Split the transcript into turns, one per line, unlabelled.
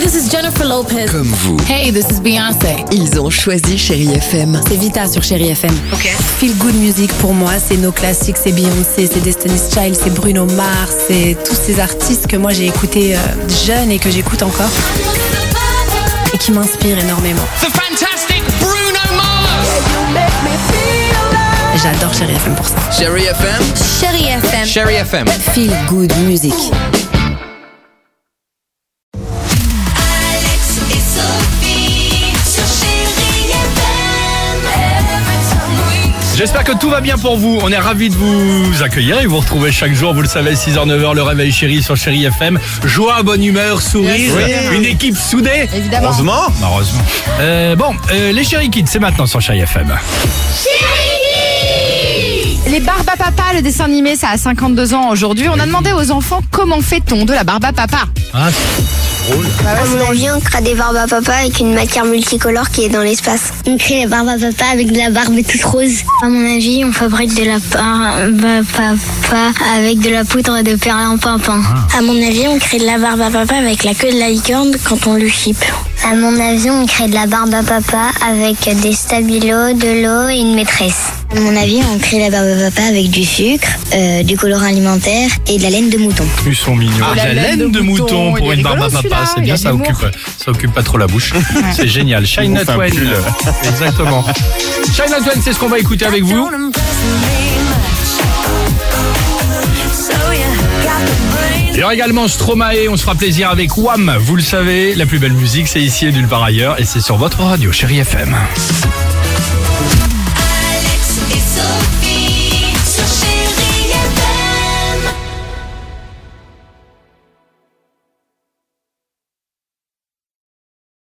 This is Jennifer Lopez.
Comme vous,
Hey, this is Beyoncé.
Ils ont choisi Chérie FM.
C'est Vita sur Chérie FM.
Ok.
Feel Good Music pour moi, c'est nos classiques, c'est Beyoncé, c'est Destiny's Child, c'est Bruno Mars, c'est tous ces artistes que moi j'ai écoutés euh, jeune et que j'écoute encore et qui m'inspirent énormément.
the fantastic Bruno Mars.
J'adore Chérie FM pour ça.
Chérie FM,
Chérie FM.
Chérie FM.
Feel Good Music.
Alex et Sophie sur Chérie FM.
J'espère que tout va bien pour vous. On est ravis de vous accueillir et vous retrouver chaque jour, vous le savez, 6h, 9h, le réveil chéri sur Chéri FM. Joie, bonne humeur, sourire, une équipe soudée.
Évidemment.
Heureusement. Heureusement. Euh, bon, euh, les Chéri Kids, c'est maintenant sur Chéri FM.
Les barbes à papa, le dessin animé, ça a 52 ans aujourd'hui. On a demandé aux enfants comment fait-on de la barbe à papa.
Hein
À mon avis, on crée des barbes à papa avec une matière multicolore qui est dans l'espace. On crée les barbes à papa avec de la barbe toute rose. À mon avis, on fabrique de la barbe à papa avec de la poudre de perlimpinpin. À mon avis, on crée de la barbe à papa avec la queue de la licorne quand on le chipe. À mon avis, on crée de la barbe à papa avec des stabilos, de l'eau et une maîtresse. À mon avis, on crée la barbe à papa avec du sucre, euh, du colorant alimentaire et de la laine de mouton.
Ils sont mignons.
Oh, la
la laine de mouton pour
il est
une barbe à
rigolo,
papa,
celui-là,
c'est
il
bien,
a
ça
de l'humour.
occupe, ça occupe pas trop la bouche. C'est génial. Shine Not Wayne. Exactement. Shine Not Wayne, c'est ce qu'on va écouter avec vous. Il y aura également Stromae, on se fera plaisir avec Wham. Vous le savez, la plus belle musique, c'est ici et nulle part ailleurs. Et c'est sur votre radio, chérie FM.